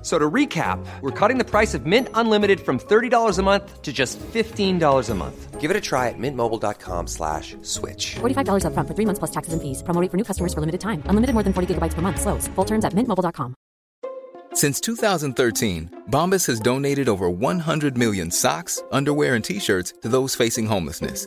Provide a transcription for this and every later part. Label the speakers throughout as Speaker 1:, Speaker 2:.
Speaker 1: So to recap, we're cutting the price of Mint Unlimited from $30 a month to just $15 a month. Give it a try at mintmobile.com slash switch.
Speaker 2: $45 upfront for three months plus taxes and fees. Promo rate for new customers for limited time. Unlimited more than 40 gigabytes per month. Slows. Full terms at mintmobile.com.
Speaker 3: Since 2013, Bombas has donated over 100 million socks, underwear, and t shirts to those facing homelessness.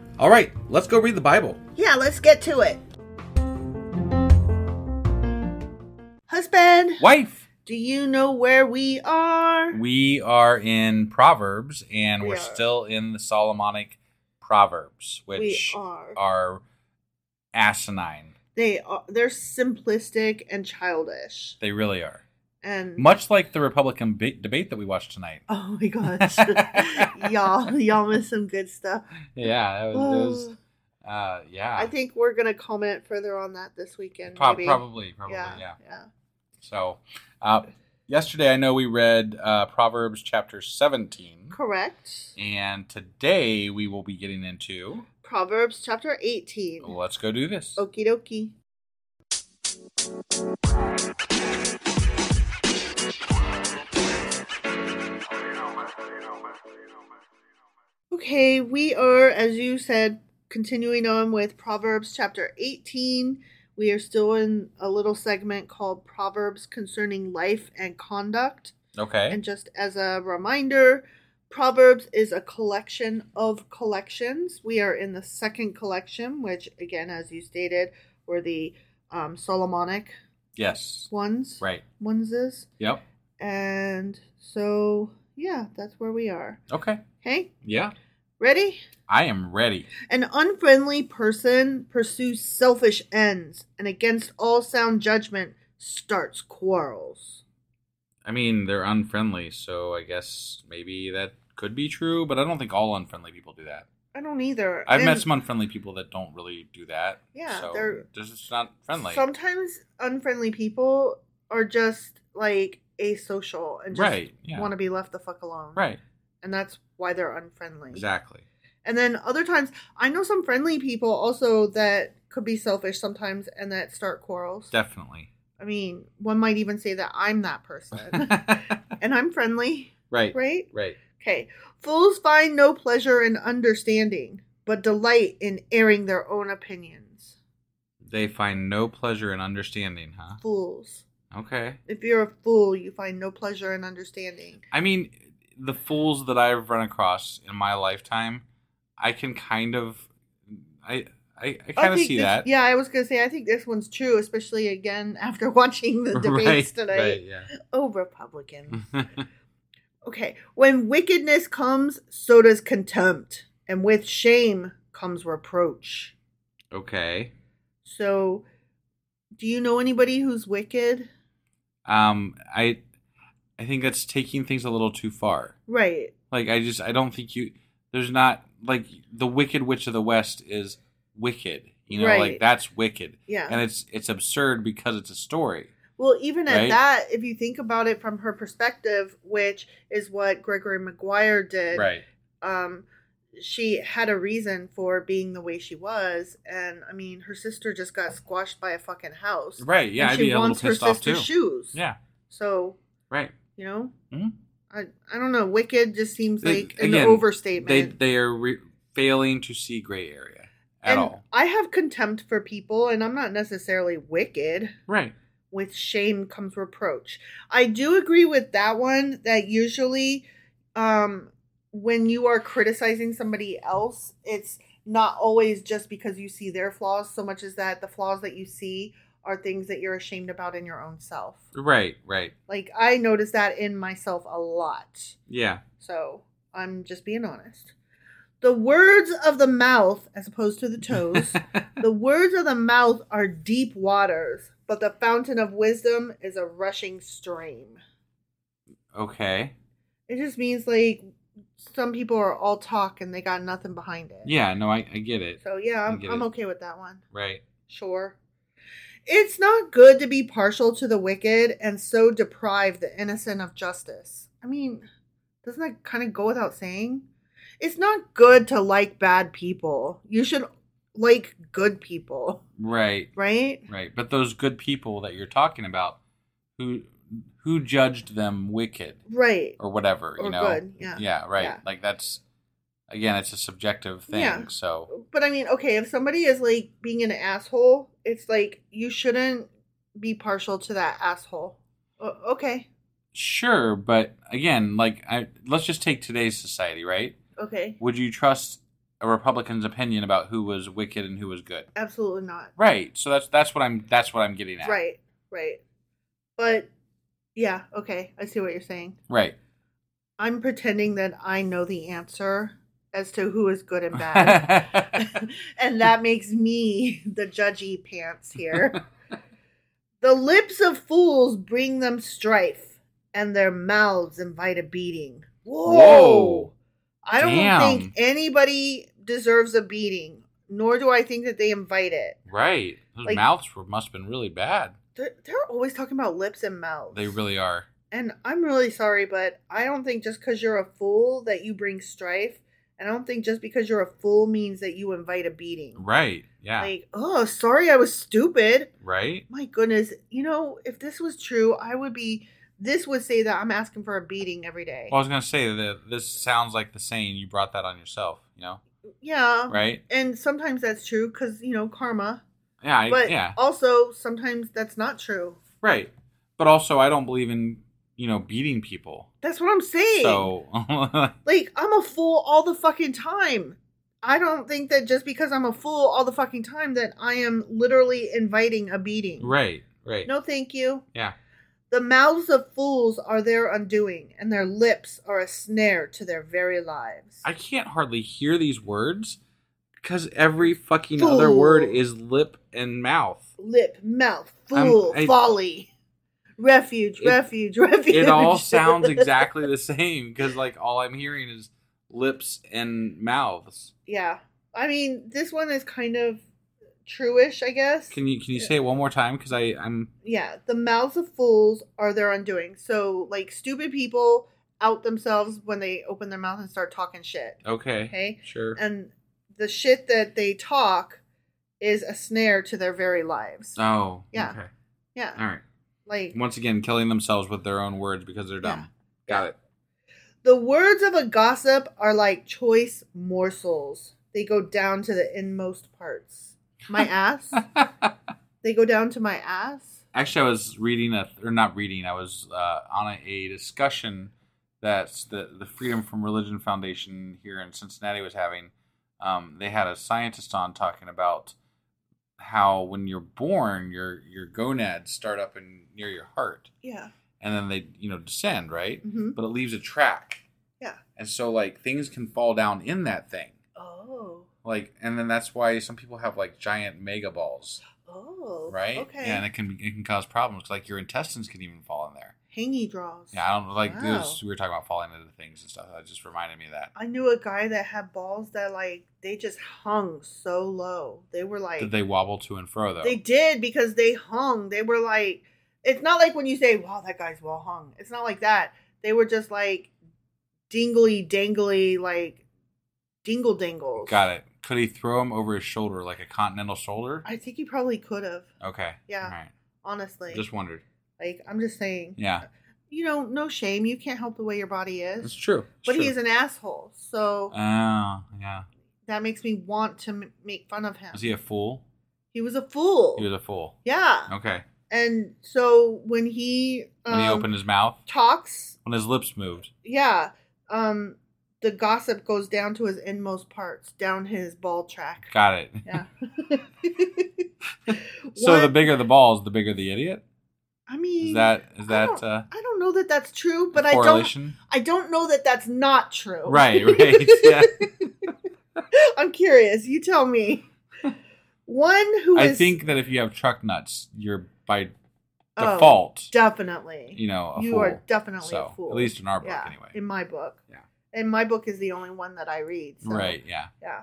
Speaker 4: All right, let's go read the Bible.
Speaker 5: Yeah, let's get to it. Husband,
Speaker 4: Wife,
Speaker 5: do you know where we are?
Speaker 4: we are in Proverbs and
Speaker 5: We
Speaker 4: we're
Speaker 5: are.
Speaker 4: still in the Solomonic Proverbs, which
Speaker 5: are.
Speaker 4: asinine.
Speaker 5: They are they're simplistic and childish.
Speaker 4: They really are.
Speaker 5: And
Speaker 4: Much like the Republican ba- debate that we watched tonight.
Speaker 5: Oh my gosh. y'all y'all miss some good stuff.
Speaker 4: Yeah, that was, that was uh, yeah.
Speaker 5: Oh. I think we're going to comment further on that this weekend
Speaker 4: Prob-
Speaker 5: maybe.
Speaker 4: probably, probably, yeah.
Speaker 5: Yeah.
Speaker 4: So, uh, yesterday I know we read uh, Proverbs chapter 17.
Speaker 5: Correct.
Speaker 4: And today we will be getting into
Speaker 5: Proverbs chapter 18.
Speaker 4: Let's Go Do This.
Speaker 5: Okie dokie. Okay, we are, as you said, continuing on with Proverbs chapter 18. We are still in a little segment called Proverbs concerning life and conduct.
Speaker 4: Okay.
Speaker 5: And just as a reminder, Proverbs is a collection of collections. We are in the second collection, which, again, as you stated, were the um, Solomonic
Speaker 4: yes.
Speaker 5: ones.
Speaker 4: Right.
Speaker 5: Oneses.
Speaker 4: Yep.
Speaker 5: And so, yeah, that's where we are.
Speaker 4: Okay.
Speaker 5: Okay,
Speaker 4: Yeah.
Speaker 5: ready?
Speaker 4: I am ready.
Speaker 5: An unfriendly person pursues selfish ends and against all sound judgment starts quarrels.
Speaker 4: I mean, they're unfriendly, so I guess maybe that could be true, but I don't think all unfriendly people do that.
Speaker 5: I don't either.
Speaker 4: I've met
Speaker 5: And
Speaker 4: some unfriendly people that don't really do that.
Speaker 5: Yeah,
Speaker 4: so
Speaker 5: they're-
Speaker 4: they're just not friendly.
Speaker 5: Sometimes unfriendly people are just like asocial and just
Speaker 4: Right, yeah.
Speaker 5: want to be left the fuck alone.
Speaker 4: Right.
Speaker 5: And that's why they're unfriendly.
Speaker 4: Exactly.
Speaker 5: And then other times, I know some friendly people also that could be selfish sometimes and that start quarrels.
Speaker 4: Definitely.
Speaker 5: I mean, one might even say that I'm that person. and I'm friendly,
Speaker 4: right.
Speaker 5: right?
Speaker 4: Right.
Speaker 5: Okay. Fools find no pleasure in understanding, but delight in airing their own opinions.
Speaker 4: They find no pleasure in understanding, huh?
Speaker 5: Fools.
Speaker 4: Okay.
Speaker 5: If you're a fool, you find no pleasure in understanding.
Speaker 4: I mean, the fools that I've run across in my lifetime, I can kind of, I, I, I kind of
Speaker 5: think
Speaker 4: see
Speaker 5: this-
Speaker 4: that.
Speaker 5: Yeah, I was going to say, I think this one's true, especially again after watching the debates
Speaker 4: right,
Speaker 5: tonight.
Speaker 4: Right. Mm.
Speaker 5: Oh, Republicans.
Speaker 4: Yeah.
Speaker 5: Okay. When wickedness comes, so does contempt. And with shame comes reproach.
Speaker 4: okay.
Speaker 5: So, do you know anybody who's wicked?
Speaker 4: Um, I, I think that's taking things a little too far.
Speaker 5: Right.
Speaker 4: Like, I just, I don't think you. There's not like the Wicked Witch of the West is wicked. You know,
Speaker 5: Right.
Speaker 4: like that's wicked.
Speaker 5: Yeah.
Speaker 4: And it's it's absurd because it's a story.
Speaker 5: Well, even at
Speaker 4: Right.
Speaker 5: that, if you think about it from her perspective, which is what Gregory Maguire did, um, she had a reason for being the way she was, and I mean, her sister just got squashed by a fucking house,
Speaker 4: Right. Yeah.
Speaker 5: And
Speaker 4: I'd
Speaker 5: she
Speaker 4: be a little
Speaker 5: wants her
Speaker 4: pissed off too.
Speaker 5: sister's shoes,
Speaker 4: Yeah.
Speaker 5: So
Speaker 4: Right.
Speaker 5: you know,
Speaker 4: hmm
Speaker 5: I I don't know. Wicked just seems
Speaker 4: They-
Speaker 5: like an
Speaker 4: again,
Speaker 5: overstatement.
Speaker 4: They they are re- failing to see gray area at
Speaker 5: and
Speaker 4: all.
Speaker 5: I have contempt for people, and I'm not necessarily wicked.
Speaker 4: Right.
Speaker 5: with shame comes reproach. I do agree with that one that usually um when you are criticizing somebody else, it's not always just because you see their flaws so much as that the flaws that you see are things that you're ashamed about in your own self.
Speaker 4: Right. Right.
Speaker 5: Like I notice that in myself a lot.
Speaker 4: Yeah.
Speaker 5: So, I'm just being honest. The words of the mouth as opposed to the toes the words of the mouth are deep waters, but the fountain of wisdom is a rushing stream.
Speaker 4: okay.
Speaker 5: It just means like some people are all talk and they got nothing behind it.
Speaker 4: Yeah. No, I, I get it.
Speaker 5: So yeah,
Speaker 4: I
Speaker 5: I'm,
Speaker 4: get
Speaker 5: I'm
Speaker 4: it.
Speaker 5: okay with that one.
Speaker 4: Right.
Speaker 5: Sure. It's not good to be partial to the wicked and so deprive the innocent of justice. I mean, doesn't that kind of go without saying? It's not good to like bad people. You should like good people,
Speaker 4: Right.
Speaker 5: right?
Speaker 4: Right. But those good people that you're talking about, who who judged them wicked
Speaker 5: Right.
Speaker 4: or whatever,
Speaker 5: Or
Speaker 4: you know?
Speaker 5: good, yeah.
Speaker 4: Right.
Speaker 5: Yeah.
Speaker 4: Like that's again, it's a subjective thing.
Speaker 5: Yeah.
Speaker 4: So
Speaker 5: But I mean, okay, if somebody is like being an asshole, it's like you shouldn't be partial to that asshole. O- okay.
Speaker 4: sure, but again, like I let's just take today's society, right?
Speaker 5: Okay.
Speaker 4: Would you trust a Republican's opinion about who was wicked and who was good?
Speaker 5: Absolutely not.
Speaker 4: Right. So that's that's what I'm that's what I'm getting at.
Speaker 5: Right. Right. But yeah, okay. I see what you're saying.
Speaker 4: Right.
Speaker 5: I'm pretending that I know the answer as to who is good and bad. and that makes me the judgy pants here. the lips of fools bring them strife, and their mouths invite a beating. Whoa!
Speaker 4: Whoa.
Speaker 5: I don't
Speaker 4: Damn.
Speaker 5: think anybody deserves a beating, nor do I think that they invite it.
Speaker 4: Right. Those
Speaker 5: Like-
Speaker 4: mouths were must have been really bad.
Speaker 5: They're, they're always talking about lips and mouths.
Speaker 4: They really are.
Speaker 5: And I'm really sorry, but I don't think just because you're a fool that you bring strife. And I don't think just because you're a fool means that you invite a beating.
Speaker 4: Right. Yeah.
Speaker 5: Like, oh, sorry, I was stupid.
Speaker 4: right?
Speaker 5: My goodness, you know, if this was true, I would be. This would say that I'm asking for a beating every day.
Speaker 4: Well, I was gonna say that this sounds like the saying you brought that on yourself, you know?
Speaker 5: yeah,
Speaker 4: Right?
Speaker 5: And sometimes that's true because you know karma,
Speaker 4: Yeah, I,
Speaker 5: but
Speaker 4: yeah.
Speaker 5: also sometimes that's not true.
Speaker 4: Right. But also I don't believe in, you know, beating people.
Speaker 5: That's what I'm saying.
Speaker 4: So
Speaker 5: Like I'm a fool all the fucking time. I don't think that just because I'm a fool all the fucking time that I am literally inviting a beating.
Speaker 4: Right, right.
Speaker 5: No, thank you.
Speaker 4: Yeah.
Speaker 5: The mouths of fools are their undoing, and their lips are a snare to their very lives.
Speaker 4: I can't hardly hear these words because every fucking
Speaker 5: Fool.
Speaker 4: other word is lip and mouth.
Speaker 5: Lip, mouth,
Speaker 4: I'm-
Speaker 5: fool,
Speaker 4: I-
Speaker 5: folly, refuge,
Speaker 4: It-
Speaker 5: refuge, refuge.
Speaker 4: It all sounds exactly the same because like all I'm hearing is lips and mouths.
Speaker 5: yeah. I mean, this one is kind of truish, I guess.
Speaker 4: Can you can you say it one more time? Because I I'm
Speaker 5: yeah, the mouths of fools are their undoing. So, like, stupid people out themselves when they open their mouth and start talking shit.
Speaker 4: okay.
Speaker 5: Okay. Um,
Speaker 4: Sure.
Speaker 5: And the shit that they talk is a snare to their very lives.
Speaker 4: oh.
Speaker 5: Yeah.
Speaker 4: Okay.
Speaker 5: yeah.
Speaker 4: All right.
Speaker 5: Like,
Speaker 4: Once again, killing themselves with their own words because they're dumb. Got it.
Speaker 5: the words of a gossip are like choice morsels, they go down to the inmost parts. My ass? they go down to my ass?
Speaker 4: Actually, I was reading a or not reading. I was uh, on a, a discussion that the the Freedom from Religion Foundation here in Cincinnati was having. Um, they had a scientist on talking about how when you're born, your your gonads start up in near your heart,
Speaker 5: Yeah.
Speaker 4: and then they you know descend right,
Speaker 5: Mhm.
Speaker 4: but it leaves a track,
Speaker 5: Yeah.
Speaker 4: and so like things can fall down in that thing,
Speaker 5: Oh.
Speaker 4: like, and then that's why some people have like giant mega balls
Speaker 5: Oh.
Speaker 4: right?
Speaker 5: Okay.
Speaker 4: Yeah, and it can be- it can cause problems. Like your intestines can even fall in there.
Speaker 5: Hangy draws.
Speaker 4: Yeah, I don't like
Speaker 5: Wow.
Speaker 4: this. We were talking about falling into things and stuff. That just reminded me of that.
Speaker 5: I knew a guy that had balls that like they just hung so low. They were like
Speaker 4: Did they wobble to and fro though?
Speaker 5: They did because they hung. They were like, it's not like when you say, "Wow, that guy's well hung." It's not like that. They were just like dingly, dangly, like dingle dangles.
Speaker 4: Got it. Could he throw him over his shoulder like a continental shoulder?
Speaker 5: I think he probably could have,
Speaker 4: Okay.
Speaker 5: Yeah.
Speaker 4: All right.
Speaker 5: honestly.
Speaker 4: Just wondered.
Speaker 5: like I'm just saying,
Speaker 4: Yeah,
Speaker 5: you know, no shame. You can't help the way your body is.
Speaker 4: it's true. It's
Speaker 5: but
Speaker 4: true.
Speaker 5: he is an asshole, so
Speaker 4: Oh yeah.
Speaker 5: that makes me want to m- make fun of him.
Speaker 4: Was he a fool?
Speaker 5: He was a fool.
Speaker 4: He was a fool.
Speaker 5: yeah.
Speaker 4: Okay.
Speaker 5: And so when he um,
Speaker 4: When he opened his mouth,
Speaker 5: talks,
Speaker 4: when his lips moved.
Speaker 5: yeah, um, the gossip goes down to his inmost parts, down his ball track.
Speaker 4: Got it.
Speaker 5: Yeah.
Speaker 4: so the
Speaker 5: One-
Speaker 4: bigger the balls, the bigger the idiot.
Speaker 5: I mean,
Speaker 4: Is that is
Speaker 5: I
Speaker 4: that
Speaker 5: don't,
Speaker 4: uh,
Speaker 5: I don't know that that's true, but I don't.
Speaker 4: correlation?
Speaker 5: I don't know that that's not true.
Speaker 4: Right. Right. Yeah.
Speaker 5: I'm curious. You tell me. One who is
Speaker 4: I think that if you have truck nuts, you're by
Speaker 5: Oh,
Speaker 4: default,
Speaker 5: definitely.
Speaker 4: you know, a
Speaker 5: you
Speaker 4: fool.
Speaker 5: are definitely
Speaker 4: So,
Speaker 5: a fool.
Speaker 4: At least in our book,
Speaker 5: yeah,
Speaker 4: anyway.
Speaker 5: In my book.
Speaker 4: Yeah.
Speaker 5: And my book is the only one that I read. so,
Speaker 4: Right? Yeah.
Speaker 5: Yeah.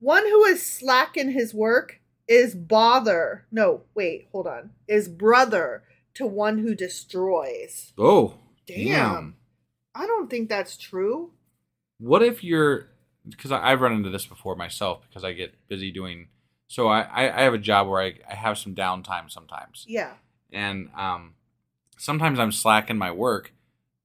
Speaker 5: One who is slack in his work is bother. No, wait, hold on. Is brother to one who destroys.
Speaker 4: Oh,
Speaker 5: Damn. I don't think that's true.
Speaker 4: What if you're? Because I've run into this before myself. Because I get busy doing. So I I, I have a job where I, I have some downtime sometimes,
Speaker 5: Yeah.
Speaker 4: and um, sometimes I'm slack in my work,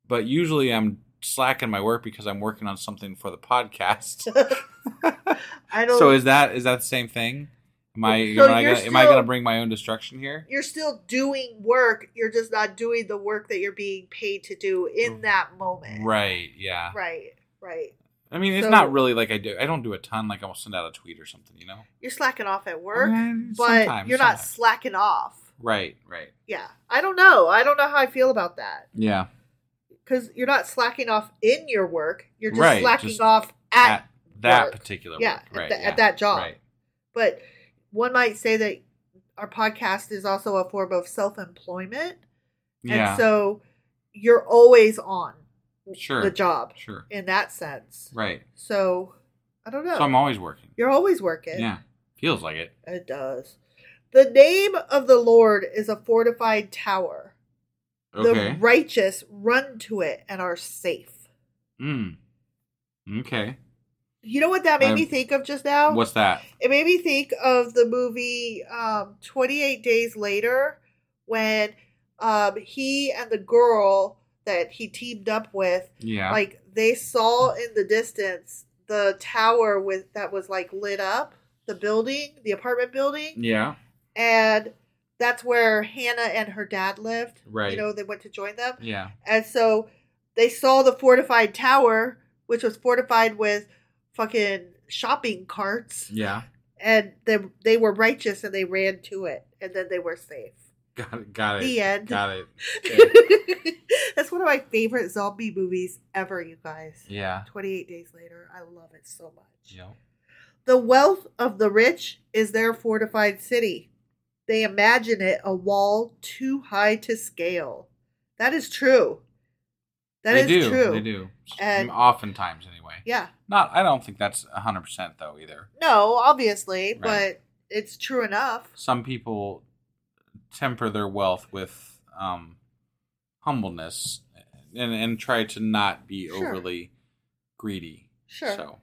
Speaker 4: but usually I'm slack in my work because I'm working on something for the podcast.
Speaker 5: I don't
Speaker 4: so is that is that the same thing? Am I
Speaker 5: So
Speaker 4: am I
Speaker 5: you're
Speaker 4: gonna, am I
Speaker 5: still-
Speaker 4: gonna bring my own destruction here?
Speaker 5: you're still doing work, you're just not doing the work that you're being paid to do in that moment.
Speaker 4: Right. Yeah.
Speaker 5: Right. Right.
Speaker 4: I mean, it's
Speaker 5: So-
Speaker 4: not really like I do. I don't do a ton. Like I'll send out a tweet or something. You know.
Speaker 5: You're slacking off at work,
Speaker 4: Eh,
Speaker 5: but
Speaker 4: sometimes,
Speaker 5: you're not
Speaker 4: sometimes.
Speaker 5: slacking off.
Speaker 4: Right. Right.
Speaker 5: Yeah. I don't know. I don't know how I feel about that.
Speaker 4: Yeah.
Speaker 5: because you're not slacking off in your work. You're just
Speaker 4: Right,
Speaker 5: slacking
Speaker 4: just
Speaker 5: off at,
Speaker 4: At, that
Speaker 5: work.
Speaker 4: particular.
Speaker 5: Yeah,
Speaker 4: work.
Speaker 5: at
Speaker 4: Right.
Speaker 5: the- at
Speaker 4: yeah.
Speaker 5: that job.
Speaker 4: Right.
Speaker 5: But one might say that our podcast is also a form of self employment,
Speaker 4: Yeah.
Speaker 5: and so you're always on
Speaker 4: Sure.
Speaker 5: the job
Speaker 4: Sure.
Speaker 5: in that sense.
Speaker 4: Right.
Speaker 5: So I don't know.
Speaker 4: So I'm always working.
Speaker 5: you're always working.
Speaker 4: Yeah. Feels like it.
Speaker 5: it does. The name of the Lord is a fortified tower.
Speaker 4: Okay.
Speaker 5: The righteous run to it and are safe.
Speaker 4: Mm. Okay.
Speaker 5: You know what that made
Speaker 4: I'm-
Speaker 5: me think of just now?
Speaker 4: What's that?
Speaker 5: It made me think of the movie um, 28 Days Later when um, he and the girl that he teamed up with,
Speaker 4: Yeah.
Speaker 5: like they saw in the distance the tower with that was like lit up, the building, the apartment building,
Speaker 4: Yeah.
Speaker 5: and that's where Hannah and her dad lived.
Speaker 4: Right.
Speaker 5: You know, they went to join them.
Speaker 4: Yeah.
Speaker 5: And so they saw the fortified tower, which was fortified with fucking shopping carts
Speaker 4: Yeah.
Speaker 5: and they they were righteous and they ran to it and then they were safe.
Speaker 4: Got it. Got it.
Speaker 5: The end.
Speaker 4: Got it. Okay.
Speaker 5: That's one of my favorite zombie movies ever, you guys.
Speaker 4: yeah.
Speaker 5: 28 Days Later. I love it so much.
Speaker 4: Yep.
Speaker 5: The wealth of the rich is their fortified city. They imagine it a wall too high to scale. That is true. That
Speaker 4: they
Speaker 5: is
Speaker 4: do.
Speaker 5: true.
Speaker 4: They do.
Speaker 5: And-
Speaker 4: Oftentimes, anyway.
Speaker 5: Yeah.
Speaker 4: Not. I don't think that's hundred percent though either.
Speaker 5: No, obviously,
Speaker 4: Right.
Speaker 5: but it's true enough.
Speaker 4: Some people temper their wealth with um, humbleness and and try to not be
Speaker 5: Sure.
Speaker 4: overly greedy.
Speaker 5: Sure.
Speaker 4: So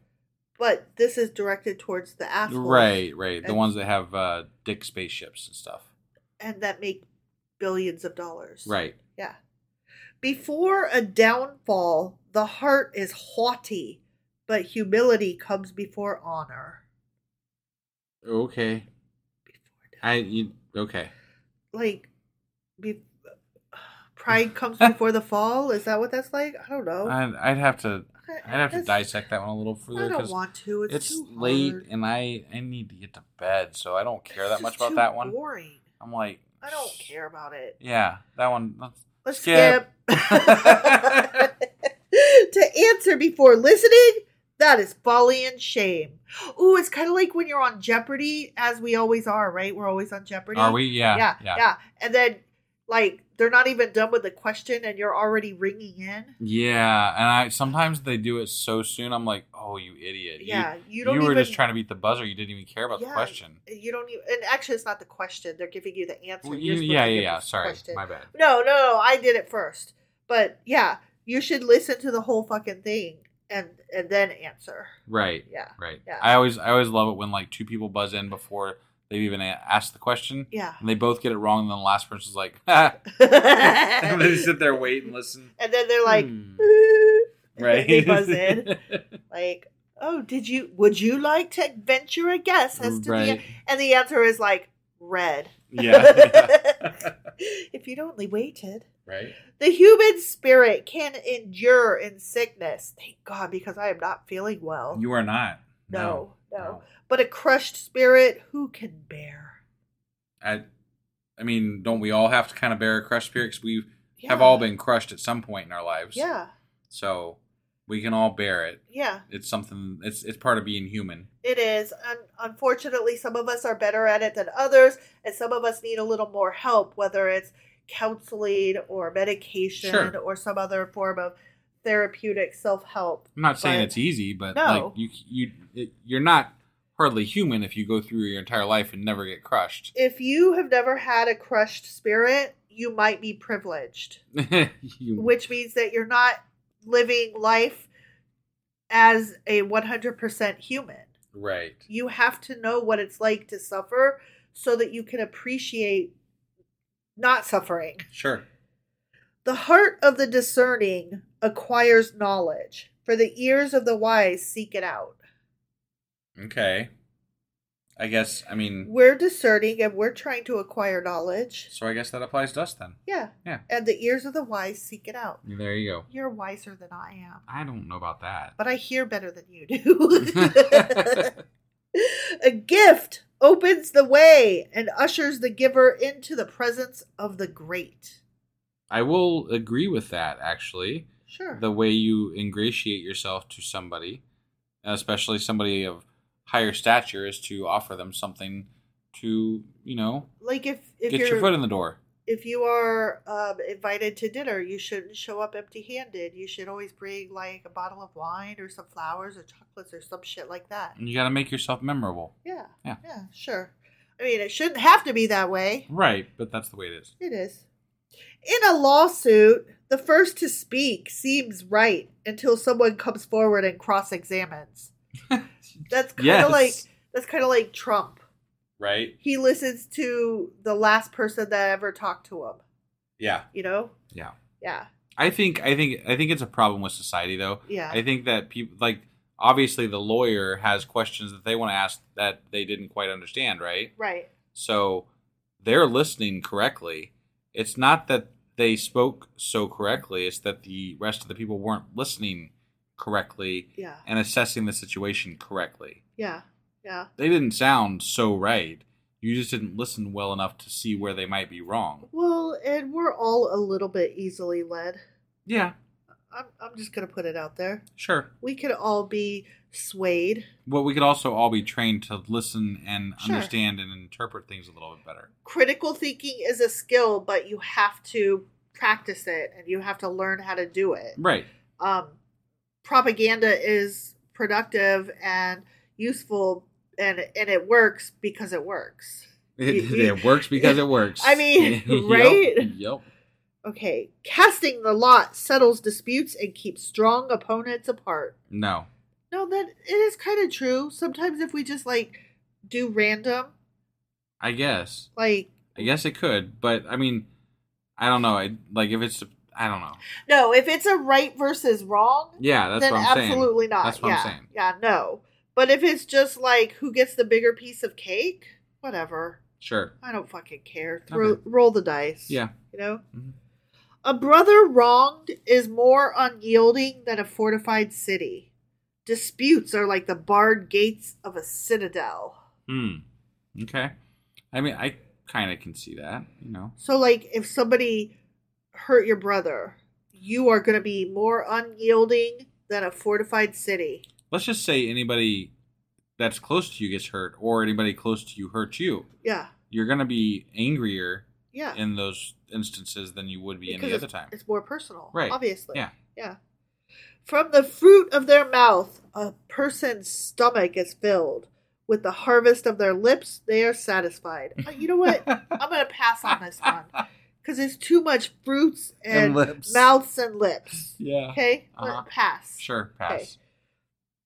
Speaker 5: But this is directed towards the affluent.
Speaker 4: right, right. The
Speaker 5: And-
Speaker 4: ones that have uh, dick spaceships and stuff.
Speaker 5: And that make billions of dollars.
Speaker 4: Right.
Speaker 5: Yeah. Before a downfall, the heart is haughty, but humility comes before honor.
Speaker 4: Okay. I you okay?
Speaker 5: Like, be- pride comes before the fall? Is that what that's like? I don't know.
Speaker 4: I'd, I'd have to.
Speaker 5: Oh. I-
Speaker 4: I'd have to
Speaker 5: that's-
Speaker 4: dissect that one a little further.
Speaker 5: I don't
Speaker 4: 'cause
Speaker 5: want to. It's,
Speaker 4: it's
Speaker 5: too
Speaker 4: late
Speaker 5: hard.
Speaker 4: and I I need to get to bed, so I don't care
Speaker 5: It's
Speaker 4: that
Speaker 5: just
Speaker 4: much about
Speaker 5: too
Speaker 4: that one.
Speaker 5: Boring.
Speaker 4: I'm like,
Speaker 5: I don't care about it.
Speaker 4: yeah, that one. let's-
Speaker 5: Let's skip.
Speaker 4: Skip.
Speaker 5: to answer before listening, that is folly and shame. Ooh, it's kind of like when you're on Jeopardy, as we always are, right? We're always on Jeopardy.
Speaker 4: Are we? Yeah,
Speaker 5: yeah,
Speaker 4: yeah,
Speaker 5: yeah. And then, like, they're not even done with the question, and you're already ringing in.
Speaker 4: Yeah, And I sometimes they do it so soon. I'm like, oh, you idiot.
Speaker 5: Yeah,
Speaker 4: you,
Speaker 5: you don't
Speaker 4: were
Speaker 5: even-
Speaker 4: just trying to beat the buzzer. You didn't even care about
Speaker 5: Yeah,
Speaker 4: the question.
Speaker 5: You don't even. And actually, it's not the question; they're giving you the answer.
Speaker 4: Well,
Speaker 5: You're
Speaker 4: you-
Speaker 5: supposed
Speaker 4: yeah,
Speaker 5: to
Speaker 4: yeah,
Speaker 5: give
Speaker 4: yeah.
Speaker 5: the
Speaker 4: Sorry,
Speaker 5: question.
Speaker 4: my bad.
Speaker 5: No, no, no. I did it first, but yeah, you should listen to the whole fucking thing and and then answer.
Speaker 4: Right.
Speaker 5: Yeah,
Speaker 4: Right.
Speaker 5: yeah.
Speaker 4: I always I always love it when like two people buzz in before they've even a- asked the question.
Speaker 5: Yeah.
Speaker 4: And they both get it wrong, and then the last person's like, and they
Speaker 5: and
Speaker 4: sit there, wait, and listen.
Speaker 5: then they're like,
Speaker 4: Hmm.
Speaker 5: right? They buzz in, like, "Oh, did you? Would you like to venture a guess as to
Speaker 4: Right.
Speaker 5: the?" And the answer is like red.
Speaker 4: yeah.
Speaker 5: if you'd only waited.
Speaker 4: right.
Speaker 5: The human spirit can endure in sickness. Thank God, because I am not feeling well.
Speaker 4: You are not.
Speaker 5: no, no, But a crushed spirit, who can bear?
Speaker 4: I, I mean, don't we all have to kind of bear a crushed spirit? Because we have
Speaker 5: Yeah.
Speaker 4: all been crushed at some point in our lives.
Speaker 5: Yeah,
Speaker 4: So we can all bear it.
Speaker 5: yeah.
Speaker 4: It's something. It's it's part of being human.
Speaker 5: It is. Un unfortunately, some of us are better at it than others, and some of us need a little more help, whether it's counseling or medication
Speaker 4: Sure.
Speaker 5: or some other form of therapeutic self help.
Speaker 4: I'm not saying
Speaker 5: But-
Speaker 4: it's easy, but
Speaker 5: No.
Speaker 4: like you you it, you're not hardly human if you go through your entire life and never get crushed.
Speaker 5: If you have never had a crushed spirit, you might be privileged,
Speaker 4: You-
Speaker 5: which means that you're not living life as a 100% human.
Speaker 4: right.
Speaker 5: You have to know what it's like to suffer so that you can appreciate not suffering.
Speaker 4: Sure.
Speaker 5: The heart of the discerning acquires knowledge, for the ears of the wise seek it out.
Speaker 4: Okay. I guess. I mean.
Speaker 5: We're discerning and we're trying to acquire knowledge.
Speaker 4: So I guess that applies to us then.
Speaker 5: Yeah.
Speaker 4: Yeah.
Speaker 5: And the ears of the wise seek it out.
Speaker 4: There you go.
Speaker 5: You're wiser than I am,
Speaker 4: I don't know about that.
Speaker 5: but I hear better than you do. A gift opens the way and ushers the giver into the presence of the great.
Speaker 4: I will agree with that actually.
Speaker 5: Sure.
Speaker 4: The way you ingratiate yourself to somebody, especially somebody of higher stature, is to offer them something to, you know,
Speaker 5: like if if
Speaker 4: get
Speaker 5: you're
Speaker 4: your foot in the door.
Speaker 5: if you are um, invited to dinner, you shouldn't show up empty handed. You should always bring like a bottle of wine or some flowers or chocolates or some shit like that.
Speaker 4: And you got to make yourself memorable.
Speaker 5: Yeah.
Speaker 4: Mm. Yeah.
Speaker 5: sure. I mean, it shouldn't have to be that way.
Speaker 4: Right, but that's the way it is.
Speaker 5: It is. In a lawsuit, the first to speak seems right until someone comes forward and cross examines. That's kind of
Speaker 4: Yes.
Speaker 5: like that's kind of like Trump.
Speaker 4: Right?
Speaker 5: He listens to the last person that ever talked to him.
Speaker 4: Yeah.
Speaker 5: You know?
Speaker 4: Yeah.
Speaker 5: Yeah.
Speaker 4: I think I think I think it's a problem with society though.
Speaker 5: Yeah.
Speaker 4: I think that people like obviously the lawyer has questions that they want to ask that they didn't quite understand, right?
Speaker 5: Right.
Speaker 4: So they're listening correctly. It's not that they spoke so correctly, it's that the rest of the people weren't listening correctly
Speaker 5: Yeah.
Speaker 4: and assessing the situation correctly.
Speaker 5: Yeah, yeah.
Speaker 4: They didn't sound so right. You just didn't listen well enough to see where they might be wrong.
Speaker 5: Well, and we're all a little bit easily led.
Speaker 4: Yeah.
Speaker 5: I'm, I'm just going to put it out there.
Speaker 4: Sure.
Speaker 5: We could all be swayed.
Speaker 4: Well, we could also all be trained to listen and
Speaker 5: Sure.
Speaker 4: understand and interpret things a little bit better.
Speaker 5: Critical thinking is a skill, but you have to practice it and you have to learn how to do it.
Speaker 4: Right.
Speaker 5: um, propaganda is productive and useful and and it works because it works.
Speaker 4: It,
Speaker 5: You-
Speaker 4: it works because it works.
Speaker 5: I mean,
Speaker 4: Yep,
Speaker 5: right?
Speaker 4: Yep.
Speaker 5: Okay, casting the lot settles disputes and keeps strong opponents apart.
Speaker 4: No.
Speaker 5: No, that it is kind of true. Sometimes if we just like do random,
Speaker 4: I guess.
Speaker 5: like
Speaker 4: I guess it could, but I mean, I don't know. I like if it's. I don't know.
Speaker 5: no, if it's a right versus wrong,
Speaker 4: Yeah, that's
Speaker 5: then
Speaker 4: what I'm saying.
Speaker 5: absolutely not.
Speaker 4: That's what
Speaker 5: yeah,
Speaker 4: I'm saying.
Speaker 5: yeah, no. But if it's just like who gets the bigger piece of cake, whatever.
Speaker 4: Sure.
Speaker 5: I don't fucking care. Throw,
Speaker 4: Okay.
Speaker 5: Roll the dice.
Speaker 4: Yeah.
Speaker 5: You know?
Speaker 4: Mhm.
Speaker 5: A brother wronged is more unyielding than a fortified city. Disputes are like the barred gates of a citadel.
Speaker 4: Hmm. Okay. I mean, I kind of can see that. You know.
Speaker 5: So, like, if somebody hurt your brother, you are going to be more unyielding than a fortified city.
Speaker 4: Let's just say anybody that's close to you gets hurt, or anybody close to you hurts you.
Speaker 5: Yeah.
Speaker 4: You're gonna be angrier
Speaker 5: Yeah.
Speaker 4: in those instances than you would be
Speaker 5: Because
Speaker 4: any other
Speaker 5: it's-
Speaker 4: time.
Speaker 5: It's more personal.
Speaker 4: Right.
Speaker 5: Obviously.
Speaker 4: Yeah.
Speaker 5: Yeah. From the fruit of their mouth, a person's stomach is filled. With the harvest of their lips, they are satisfied. Uh, you know what? I'm going to pass on this one because it's too much fruits and,
Speaker 4: And lips.
Speaker 5: mouths and lips.
Speaker 4: Yeah.
Speaker 5: Okay?
Speaker 4: Uh-huh.
Speaker 5: Let- Pass.
Speaker 4: Sure. Pass.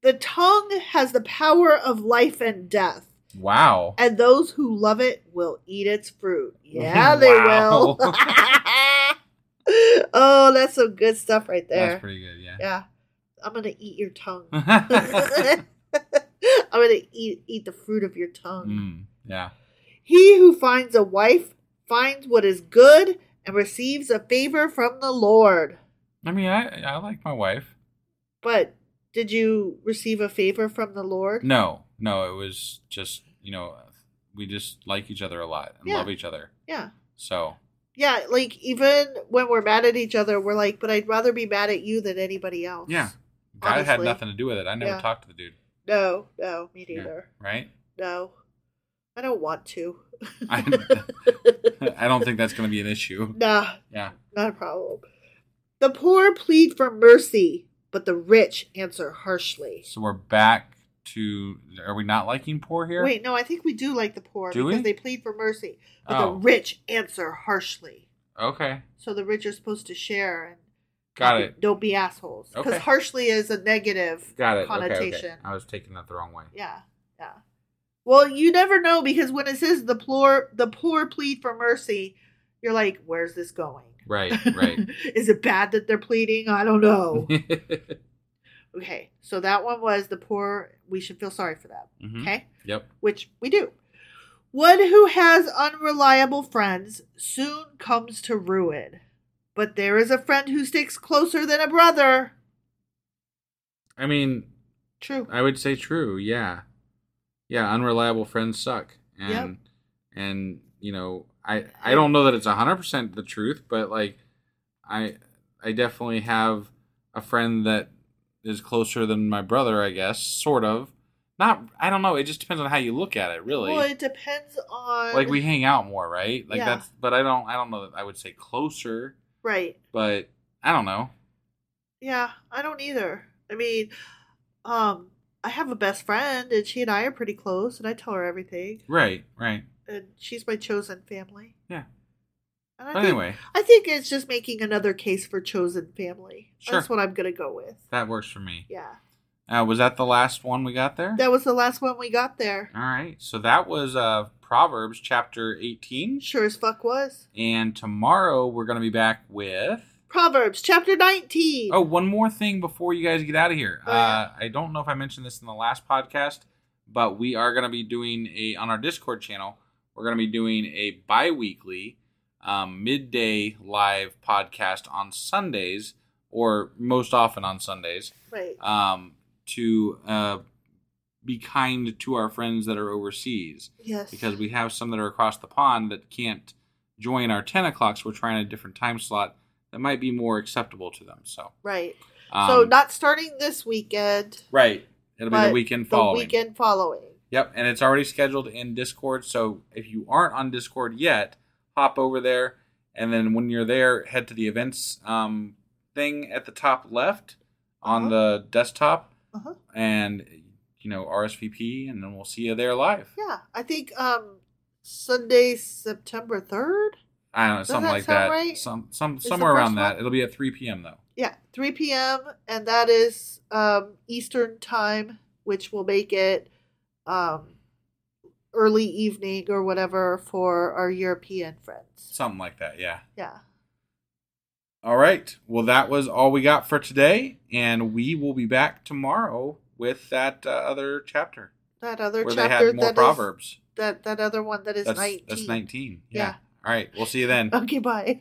Speaker 5: The tongue has the power of life and death,
Speaker 4: Wow.
Speaker 5: and those who love it will eat its fruit. Yeah, they
Speaker 4: Wow.
Speaker 5: will. oh, that's some good stuff right there.
Speaker 4: That's pretty good. Yeah.
Speaker 5: Yeah. I'm gonna eat your tongue. I'm gonna eat eat the fruit of your tongue.
Speaker 4: Mm, yeah.
Speaker 5: He who finds a wife finds what is good and receives a favor from the Lord.
Speaker 4: I mean, I I like my wife.
Speaker 5: But did you receive a favor from the Lord?
Speaker 4: No, no, it was just you know we just like each other a lot and
Speaker 5: Yeah.
Speaker 4: love each other.
Speaker 5: Yeah.
Speaker 4: So
Speaker 5: Yeah, like even when we're mad at each other, we're like, but I'd rather be mad at you than anybody else.
Speaker 4: yeah, God had
Speaker 5: Honestly.
Speaker 4: nothing to do with it. I never
Speaker 5: Yeah.
Speaker 4: talked to the dude.
Speaker 5: No, no, me
Speaker 4: Yeah.
Speaker 5: neither.
Speaker 4: Right.
Speaker 5: No. I don't want to.
Speaker 4: I, I don't think that's going to be an issue.
Speaker 5: Nah,
Speaker 4: Yeah.
Speaker 5: not a problem. The poor plead for mercy, but the rich answer harshly.
Speaker 4: So we're back to are we not liking poor here?
Speaker 5: Wait, no, I think we do like the poor
Speaker 4: Do
Speaker 5: because
Speaker 4: we?
Speaker 5: they plead for mercy, but
Speaker 4: Oh.
Speaker 5: the rich answer harshly.
Speaker 4: Okay.
Speaker 5: So the rich are supposed to share and
Speaker 4: Got it.
Speaker 5: don't be assholes because
Speaker 4: Okay.
Speaker 5: harshly is a negative
Speaker 4: Got it. Okay, okay.
Speaker 5: connotation.
Speaker 4: I was taking that the wrong way.
Speaker 5: Yeah, yeah. Well, you never know because when it says the poor, the poor plead for mercy, you're like, where's this going?
Speaker 4: Right. Right.
Speaker 5: is it bad that they're pleading? I don't know. Okay, so that one was the poor. We should feel sorry for them.
Speaker 4: Mhm.
Speaker 5: Okay,
Speaker 4: yep.
Speaker 5: which we do. One who has unreliable friends soon comes to ruin, but there is a friend who sticks closer than a brother.
Speaker 4: I mean,
Speaker 5: True.
Speaker 4: I would say true. Yeah, yeah. Unreliable friends suck, and and you know, I I don't know that it's hundred percent the truth, but like, I I definitely have a friend that is closer than my brother. I guess, sort of. Not, I don't know. It just depends on how you look at it, really.
Speaker 5: Well, it depends on
Speaker 4: like we hang out more, right? Like
Speaker 5: Yeah.
Speaker 4: that's, but I don't, I don't know that I would say closer,
Speaker 5: right.
Speaker 4: but I don't know.
Speaker 5: Yeah, I don't either. I mean, um, I have a best friend, and she and I are pretty close, and I tell her everything,
Speaker 4: Right, right.
Speaker 5: and she's my chosen family.
Speaker 4: Yeah.
Speaker 5: And I
Speaker 4: But
Speaker 5: think-
Speaker 4: anyway,
Speaker 5: I think it's just making another case for chosen family.
Speaker 4: Sure.
Speaker 5: That's what I'm gonna go with.
Speaker 4: that works for me.
Speaker 5: Yeah,
Speaker 4: Uh, was that the last one we got there?
Speaker 5: that was the last one we got there.
Speaker 4: All right. So that was uh, Proverbs chapter 18.
Speaker 5: Sure as fuck was
Speaker 4: And tomorrow we're going to be back with.
Speaker 5: Proverbs chapter 19.
Speaker 4: Oh, one more thing before you guys get out of here.
Speaker 5: Oh, yeah.
Speaker 4: Uh, I don't know if I mentioned this in the last podcast, but we are going to be doing a, on our Discord channel, we're going to be doing a bi weekly um, midday live podcast on Sundays, or most often on Sundays
Speaker 5: right.
Speaker 4: um, to uh, be kind to our friends that are overseas
Speaker 5: yes.
Speaker 4: because we have some that are across the pond that can't join our 10 o'clocks. We're trying a different time slot that might be more acceptable to them. So
Speaker 5: Right.
Speaker 4: um,
Speaker 5: so not starting this weekend.
Speaker 4: right. It'll be
Speaker 5: but
Speaker 4: the weekend following.
Speaker 5: The weekend following.
Speaker 4: Yep, and it's already scheduled in Discord. So if you aren't on Discord yet, hop over there, and then when you're there, head to the events um, thing at the top left on the desktop,
Speaker 5: Uh-huh.
Speaker 4: and you know RSVP, and then we'll see you there live.
Speaker 5: Yeah, I think um Sunday, September third.
Speaker 4: I don't know something
Speaker 5: that
Speaker 4: like
Speaker 5: sound
Speaker 4: that.
Speaker 5: right?
Speaker 4: Some some
Speaker 5: Is the
Speaker 4: somewhere around
Speaker 5: first
Speaker 4: that.
Speaker 5: one?
Speaker 4: It'll be at 3 p.m. though.
Speaker 5: Yeah, three p.m. and that is um Eastern time, which will make it um early evening or whatever for our European friends.
Speaker 4: Something like that. Yeah.
Speaker 5: Yeah.
Speaker 4: All right. Well, that was all we got for today, and we will be back tomorrow with that uh, other chapter
Speaker 5: That other
Speaker 4: where they
Speaker 5: chapter
Speaker 4: had more
Speaker 5: that is-
Speaker 4: proverbs.
Speaker 5: that that other one that is nineteen.
Speaker 4: That's 19. Yeah.
Speaker 5: Yeah.
Speaker 4: All right. We'll see you then.
Speaker 5: Okay, bye.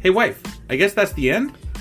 Speaker 4: Hey, wife. I guess that's the end.